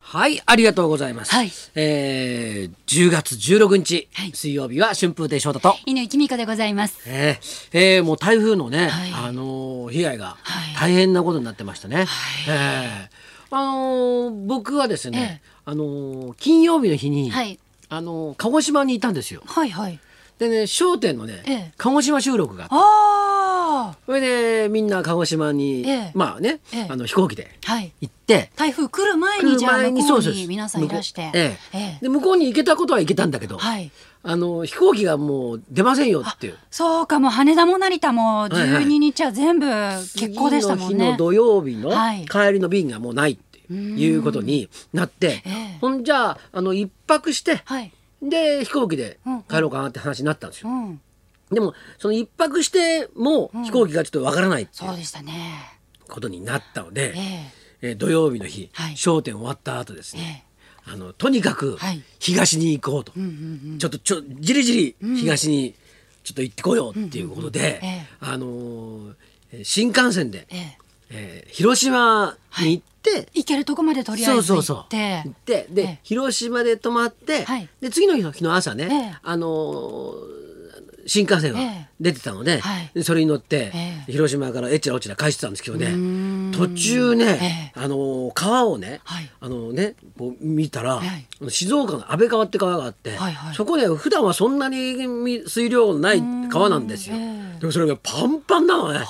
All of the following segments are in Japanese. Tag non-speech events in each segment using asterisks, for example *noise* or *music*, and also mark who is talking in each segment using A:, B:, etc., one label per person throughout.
A: はい、ありがとうございます。
B: はい
A: えー、10月16日、
B: はい
A: 水曜日は春風亭昇太と。
B: 犬井美子でございます。
A: えーえーもう台風のね、
B: はい
A: あのー被害が
B: はい
A: 大変なことになってましたね。えーあのー僕はですね、あのー金曜日の日に、
B: はい
A: あのー鹿児島にいたんですよ。
B: はいはい。
A: でね、商店のね、
B: ええ
A: 鹿児島収録があって
B: あ
A: それでみんな鹿児島に、
B: ええ
A: まあね、
B: ええ
A: あの飛行機で
B: あ。はい。
A: 行って
B: 台風来る前
A: 来
B: に
A: る
B: じゃあ
A: 前
B: 向
A: に
B: こ
A: そううそう
B: に皆さんいらして。
A: ええ
B: ええ
A: で向こうに行けたことは行けたんだけど、
B: はい。
A: あの飛行機がもう出ませんよ
B: あ
A: っていう。
B: そうかもう羽田も成田も
A: いはい
B: 12日は全部欠航でしたもん
A: 次の日
B: ね
A: の。土曜日の
B: はい
A: 帰りの便がもうないっていうことになって、
B: ええ
A: ほんじゃああの一泊して、
B: はい。
A: で飛行機で
B: うんうん
A: 帰ろうかなって話になったんです
B: う
A: よ。
B: ん。
A: でもその一泊しても飛行機がちょっとわからないってい
B: そう
A: う
B: でしたね。
A: ことになったので、
B: ええ。
A: えー土曜日の日、
B: はい
A: 商店終わった後です
B: え
A: ね、
B: え。
A: あのとにかく
B: はい
A: 東に行こうと、
B: うんうん
A: ちょっとちょじりじり東にちょっと行ってこようっていうことで、
B: うんうんうんええ
A: あのーえー新幹線で
B: うん。、ええ。
A: えー広島に行って、
B: 行けるとこまでとりあえず行って
A: 行っ。てで、
B: ええ
A: 広島で泊まって、
B: はい
A: で次の日の日の朝ね、
B: ええ
A: あのー新幹線が
B: ええ
A: 出てたので、
B: はい
A: でそれに乗って、
B: ええ
A: 広島からえちらおちら帰してたんですけど
B: うー
A: ね
B: ん
A: 途中ね、
B: え
A: あのー川をね、
B: はい
A: あのねこう見たら、
B: はい
A: あの静岡の安倍川って川があって、
B: はいはい
A: そこで普段はそんなにみ水量のない川なんですよ、
B: うーんええ
A: でもそれがパンパンなのね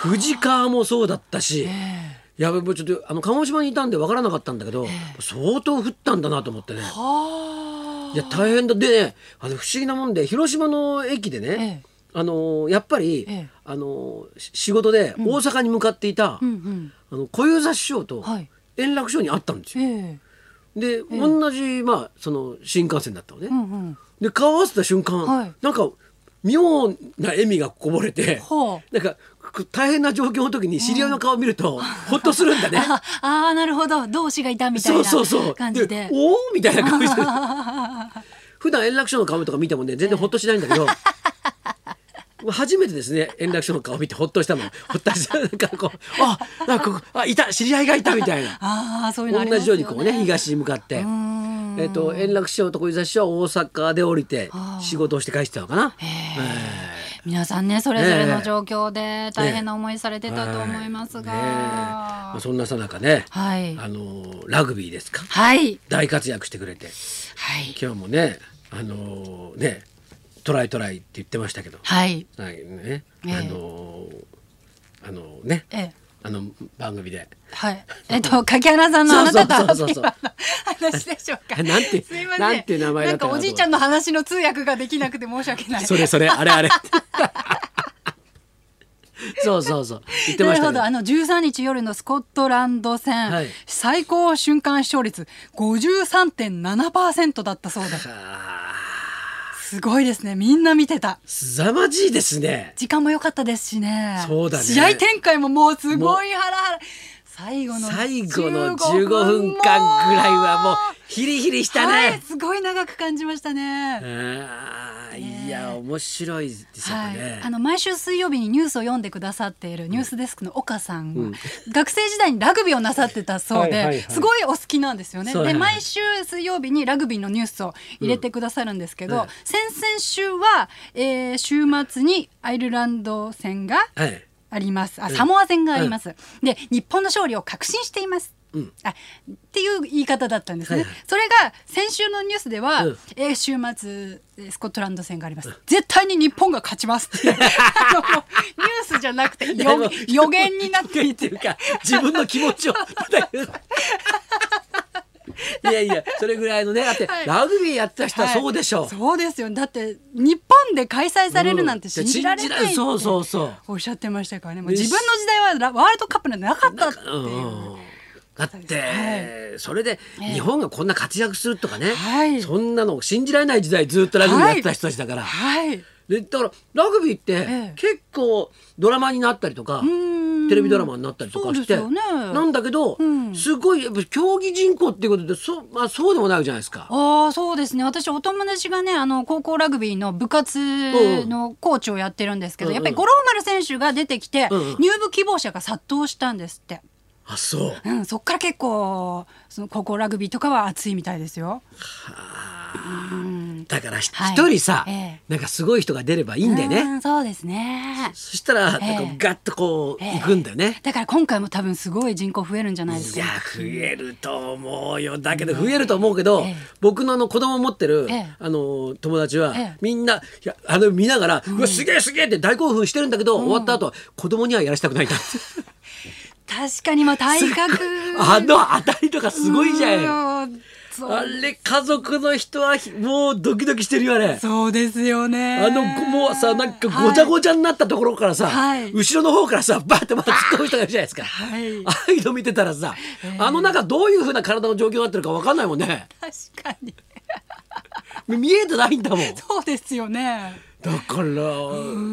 A: 富士川もそうだったし。
B: ええ。
A: いやもうちょっとあの鹿児島にいたんで分からなかったんだけど、相当降ったんだなと思ってね
B: はあ。
A: いや大変だでねあの不思議なもんで広島の駅でね、
B: え
A: あのやっぱり、
B: ええ
A: あのし仕事で大阪に向かっていた、
B: うんうん。
A: あの小遊三師匠と
B: はい
A: 円楽師匠に会ったんですよ。
B: ええ。
A: で、同じ、まあ、その新幹線だったのね。
B: うんうん。
A: で顔合わせた瞬間、
B: はい
A: なんか妙な笑みがこぼれて、
B: ほう
A: なんかこう大変な状況の時に知り合いの顔を見ると、ほっとするんだね。
B: あ *laughs* あーなるほど同志がいたみたいな
A: そうそうそう
B: 感じで
A: おおみたいな顔して普段円楽師匠の顔とか見てもね全然ほっとしないんだけど、 *laughs* 初めてですね円楽師匠の顔見てほっとしたのほったしたなんかこうあなんかここあいた知り合いがいたみたいな
B: ああそういうのありま
A: 同
B: す
A: じよ
B: よ
A: う
B: ね
A: にこうね東に向かって
B: うー。ん
A: えっと円楽師匠と小遊三師匠は大阪で降りて
B: あー
A: 仕事をして帰ってたのかな。
B: ええ
A: ええ
B: 皆さんねそれぞれの状況で大変な思いされてたと思います
A: はいねえま
B: が
A: あ、そんなさなかね、
B: はい
A: あのラグビーですか
B: はい
A: 大活躍してくれて
B: はい
A: 今日もねあのーねトライトライって言ってましたけど、
B: はい
A: はいね
B: ええ
A: あのーあのね
B: ええ
A: あの番組で
B: はいえっと柿原さんのあなたとハ
A: そうそうそう
B: ッ
A: そ
B: ピー
A: う
B: マンの話でしょうか
A: なんて
B: すいません
A: なんて名前だったか
B: なんか
A: なと思って
B: おじいちゃんの話の通訳ができなくて申し訳ない
A: それそれあれあ
B: *laughs*
A: れそうそうそう言ってましたけ
B: なるほ
A: ど
B: どあの13日夜のスコットランド戦、
A: はい
B: 最高瞬間視聴率53.7%だったそうです
A: あ
B: すごいですねみんな見てた
A: ー凄まじいですね
B: 時間も良かったですしね
A: そうだね
B: 試合展開ももうすごいハラハラ最後の
A: 最後の15
B: 15
A: 分間ぐらいはもうヒリヒリしたね、
B: はい、すごい長く感じましたね、
A: あー
B: ねえ
A: いや面白いですよ
B: はい
A: ね、、
B: あの毎週水曜日にニュースを読んでくださっているニュースデスクの岡さんが、学生時代にラグビーをなさってたそう
A: は
B: で、
A: いはいはい
B: すごいお好きなんですよね。
A: そうは
B: で
A: いはい
B: 毎週水曜日にラグビーのニュースを入れてくださるんですけ
A: う
B: ど、
A: んえ
B: 先々週は、えー週末にアイルランド戦が
A: はい
B: ありますあ
A: ん
B: サモア戦があります、で日本の勝利を確信しています、
A: うん
B: あっていう言い方だったんですね、
A: はいはい
B: それが先週のニュースでは、
A: うん
B: えー週末えースコットランド戦があります、絶対に日本が勝ちま
A: *laughs*
B: すっていうあのニュースじゃなくて
A: いやも
B: 予
A: う
B: 予言になって
A: *laughs*
B: い
A: って
B: て
A: いうか自分の気持ちをいやいやそれぐらいのねだって、
B: はい
A: ラグビーやってた人はそうでしょう、
B: はいそうですよだって日本で開催されるなんて信じられないって、
A: 信じられそうそうそう
B: おっしゃってましたからねもう
A: で
B: 自分の時代はラワールドカップなんてなかったっていううん
A: だって、
B: は
A: それで
B: ええ
A: 日本がこんな活躍するとかね、
B: はい
A: そんなの信じられない時代ずっとラグビーやってた人たちだから、
B: はい
A: でだからラグビーって
B: え
A: 結構ドラマになったりとか、
B: うん
A: テレビドラマになったりとかして、
B: そうですよね
A: なんだけど、
B: うん
A: すごいやっぱ競技人口っていうことでそ,、まあ、そうでもないじゃないですか。
B: ああそうですね私お友達がねあの高校ラグビーの部活のコーチをやってるんですけど、
A: うんうん
B: やっぱり五郎丸選手が出てきて、
A: うんうん
B: 入部希望者が殺到したんですって。
A: あそうは
B: うん、そっから結構その高校ラグビーとかは熱いみたいですよ。
A: あ
B: うん、
A: だからひ
B: はい
A: 一人さ、
B: ええ
A: なんかすごい人が出ればいいんだよね、
B: うんそうですね。
A: そしたらなんか
B: ええ
A: ガッとこう
B: ええ
A: 行くんだよね、
B: だから今回も多分すごい人口増えるんじゃないです
A: い
B: か。
A: や増えると思うよだけど増えると思うけど、
B: ええ
A: 僕のあの子供持ってる、
B: ええ
A: あの友達は、
B: ええ
A: みんないやあの見ながら「うわすげえすげえ!」って大興奮してるんだけど、終わった後子供にはやらしたくないんだって
B: 確かにまあ体格
A: *laughs* あの当たりとかすごいじゃん。
B: うんそう
A: あれ家族の人はひもうドキドキしてるよね。
B: そうですよね。
A: あのもうさなんかごちゃごちゃになったところからさ、
B: はい
A: 後ろの方からさバーってまた突っ込む人がいるじゃないですか。
B: はい。はい
A: ああいうの見てたらさ、あの中どういうふうな体の状況になってるかわかんないもんね。
B: 確かに。
A: 見えてないんだもん。
B: そうですよね。
A: だから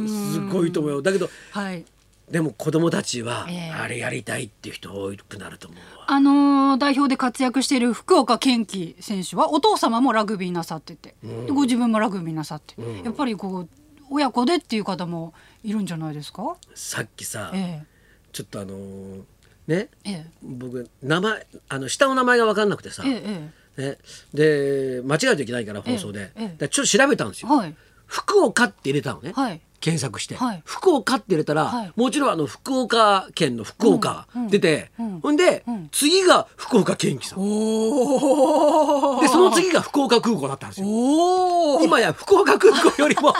A: すごいと思うよだけど
B: はい。
A: でも子供たちは
B: ええ
A: あれやりたいっていう人多くなると思うわ、
B: あのー代表で活躍している福岡堅樹選手はお父様もラグビーなさってて、でご自分もラグビーなさって、やっぱりこう親子でっていう方もいるんじゃないですか、
A: さっきさ、
B: え
A: ちょっとあのーね
B: ええ
A: 僕名前あの下の名前が分かんなくてさ、
B: えええ
A: ね、で間違えていけないから放送で、
B: えええ
A: だ
B: え
A: からちょっと調べたんです
B: え
A: よ、
B: はい
A: 福岡って入れたのね、
B: はい
A: 検索して、
B: はい
A: 福岡って入れたら、
B: はい
A: もちろんあの福岡県の福岡
B: うんうん
A: 出て、
B: うん
A: ほんで、
B: うん
A: 次が福岡県機さん
B: お
A: でその次が福岡空港だったんですよ
B: おお
A: 今や福岡空港よりも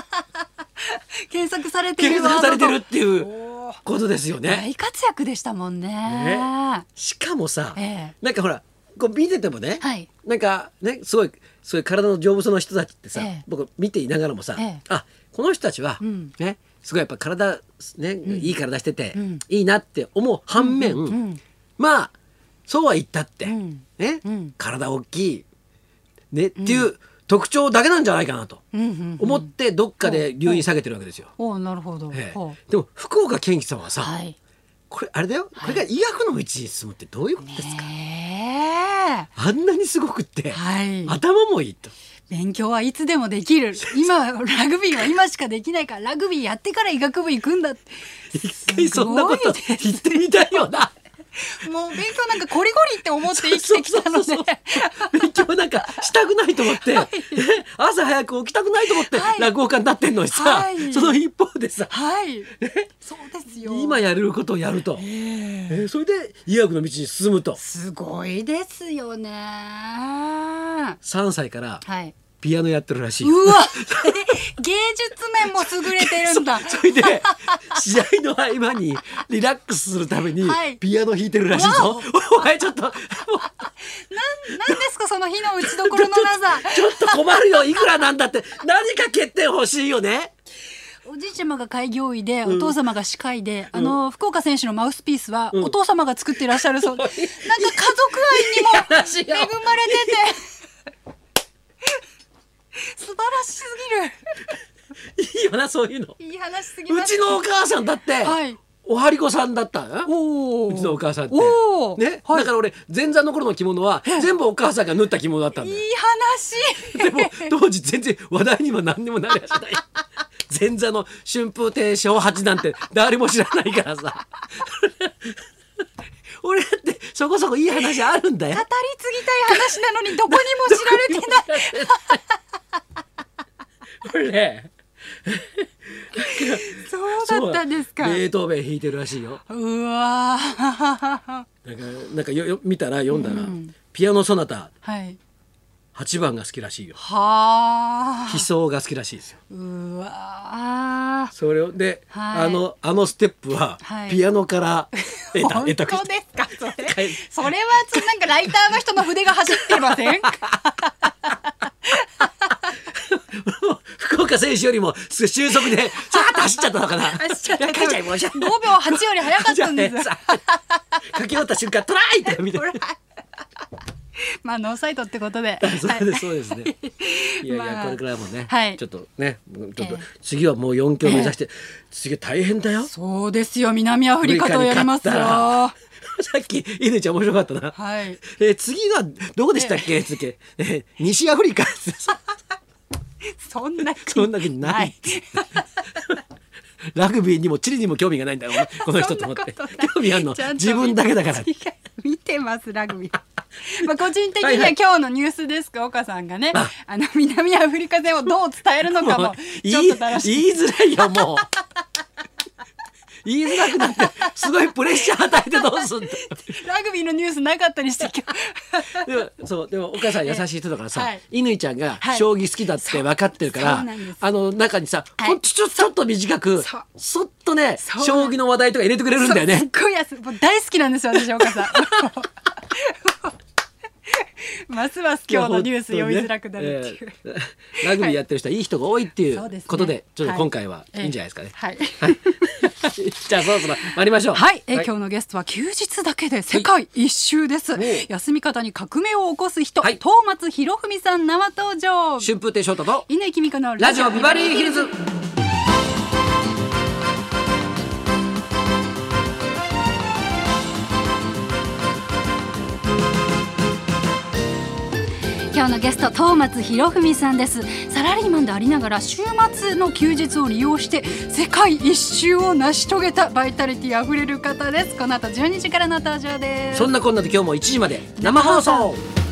B: *laughs* 検索されて
A: 検
B: るワー
A: 索
B: ド
A: され
B: と
A: てるっていう
B: おー
A: ことですよね。
B: 大活躍でしたもんね
A: ねしかもさ、
B: ええ
A: なんかほらこう見ててもね、
B: はい
A: なんかねすごいそういう体の丈夫そうな人たちってさ、
B: ええ
A: 僕見ていながらもさ、
B: ええ
A: あこの人たちは、
B: うん
A: ねすごいやっぱ体ね、いい体してて、
B: うん
A: いいなって思う反面、
B: うんうん
A: まあそうは言ったって、
B: うん
A: ね、
B: うん
A: 体大きいねっていう特徴だけなんじゃないかなと
B: うんうん
A: 思ってどっかで留飲下げてるわけですよ。
B: おーなるほど、
A: ええ
B: ほう
A: でも福岡堅樹さんはさ、
B: はい
A: これあれだよ、これが医学の道に進むってどういうことですか、
B: ねえ
A: あんなにすごくって、
B: はい
A: 頭もいいと
B: 勉強はいつでもできる今ラグビーは今しかできないからラグビーやってから医学部行くんだって
A: 一回そんなこと
B: す
A: 言ってみたいよ
B: *laughs*
A: な
B: もう勉強なんかこりごりって思って生きてきたので
A: そうそうそう勉強なんかしたくないと思って、え朝早く起きたくないと思って
B: はい
A: 落語家になってんのにさ、
B: はい
A: その一方でさ
B: はいそうですよ
A: 今やれることをやると、え
B: ええ
A: ーそれで医学の道に進むと
B: すごいですよねは
A: 3歳から
B: い
A: ピアノやってるらしいよ
B: うわ芸術面も優れてるんだ
A: そそれで *laughs* 試合の合間にリラックスするために
B: はい
A: ピアノ弾いてるらしいぞ、 *laughs* お前ちょっともう
B: 何ですかその日の打ちどころのなさ
A: ちょっと困るよいくらなんだって何か欠点欲しいよね
B: おじいちゃまが開業医で、お父様が歯科医で、あの福岡選手のマウスピースは、お父様が作っていらっしゃる
A: *laughs*
B: そうで、なんか
A: ら
B: 家
A: し
B: 族
A: い
B: 愛にも
A: よ
B: 恵まれてて素晴らしす
A: いいよなそういうの
B: ぎるいい話すぎ
A: う
B: ます
A: ちのお母さんだって、
B: はい
A: おはりこさんだったな
B: おー
A: うちのお母さんって
B: おー
A: ね、だから俺前座の頃の着物は全部お母さんが縫った着物だったん
B: い
A: だ
B: い
A: よで
B: 話 *laughs*
A: も当時全然話題にも何にもなりゃしない前座の春風亭昇八なんて誰も知らないからさ *laughs* 俺だってそこそこいい話あるん
B: *laughs*
A: だよ
B: 語り継ぎたい話なのにどこにも知られ
A: *laughs*
B: てない
A: 俺ね
B: そうだったんですか
A: そうベートーベン弾いてるらしいよ
B: うわー
A: なんかなんかよよ見たら読んだら、ピアノソナタ
B: *laughs* はい
A: 8番が好きらしいよ
B: は
A: 悲壮が好きらしいですよ
B: ーうわー
A: それをで、
B: はい
A: あのあのステップは
B: はい
A: ピアノから得た、
B: *laughs* 本
A: 得
B: 当
A: た
B: ですかそ
A: 帰
B: れ
A: る
B: それはつなんかライターの人の筆が走ってません
A: *laughs* 福岡選手よりもす収束でさーっと走っちゃったのかな。
B: 走っちゃった
A: いや帰っちゃいもうじゃ
B: 5秒8より早かった
A: *laughs*
B: んですよ
A: さ駆け寄った瞬間トライって見て
B: ほ。ら *laughs* まあノーサイトってことで
A: *laughs* そうですそう
B: *laughs*
A: ですね。いやい
B: ま
A: や
B: あ
A: これからもね、
B: はい
A: ちょっとねちょっと
B: ええ
A: 次はもう四強目指して、次大変だよ。
B: そうですよ南アフリカとやりますよ
A: アメリカに勝
B: は
A: ったら *laughs* さっき犬ちゃん面白かったな。
B: い
A: えー次はどこでしたっけ、つってえー西アフリカ
B: そんな国
A: そんな国ない
B: はい
A: *laughs* ラグビーにもチリにも興味がないんだろうなこの人と思って
B: そんなことない
A: 興味あるの
B: ちゃんと
A: 自分だけだから
B: 違う見てますラグビー *laughs* まあ個人的
A: はい
B: に
A: は
B: はい今日のニュースデスク岡さんがね、あの南アフリカ戦をどう伝えるの
A: *laughs*
B: か
A: も
B: も
A: う
B: ちょっと楽しみ
A: 言い言いづらいよもう言いづらくなってすごいプレッシャー与えてどうすんだ
B: ラグビーのニュースなかったりして今日
A: でもそうでもお母さん優しい人だからさ
B: はい
A: 乾、ちゃんが
B: はい
A: 将棋好きだって分かってるから、
B: そうそうなんです
A: あの中にさ、
B: はい
A: ほんとちょちょっと短く
B: そう
A: そっとね
B: そう
A: 将棋の話題とか入れてくれるんだよ
B: そ
A: ね。
B: うすっごい安いもう大好きなんです *laughs* よ私岡さんますます今日のニュース読みづらくなるってい
A: い
B: う、
A: や本当にねえーラグビーやってる人はいい人が多いっていう
B: そうですね
A: ことでちょっと
B: はい
A: 今回はいいんじゃない *laughs* ですかね。
B: はい、
A: じゃあそろそろ参りましょう。
B: はい、えー今日のゲストは休日だけで世界一周です、
A: い
B: 休み方に革命を起こす人、
A: はい
B: 東松博文さん生登場
A: 春風亭昇太と
B: 稲井君子の
A: ラジオビバリーヒルズ。
B: 今日のゲスト東松博文さんですサラリーマンでありながら週末の休日を利用して世界一周を成し遂げたバイタリティあふれる方ですこの後12時からの登場です
A: そんなこんなで今日も1時まで生放送。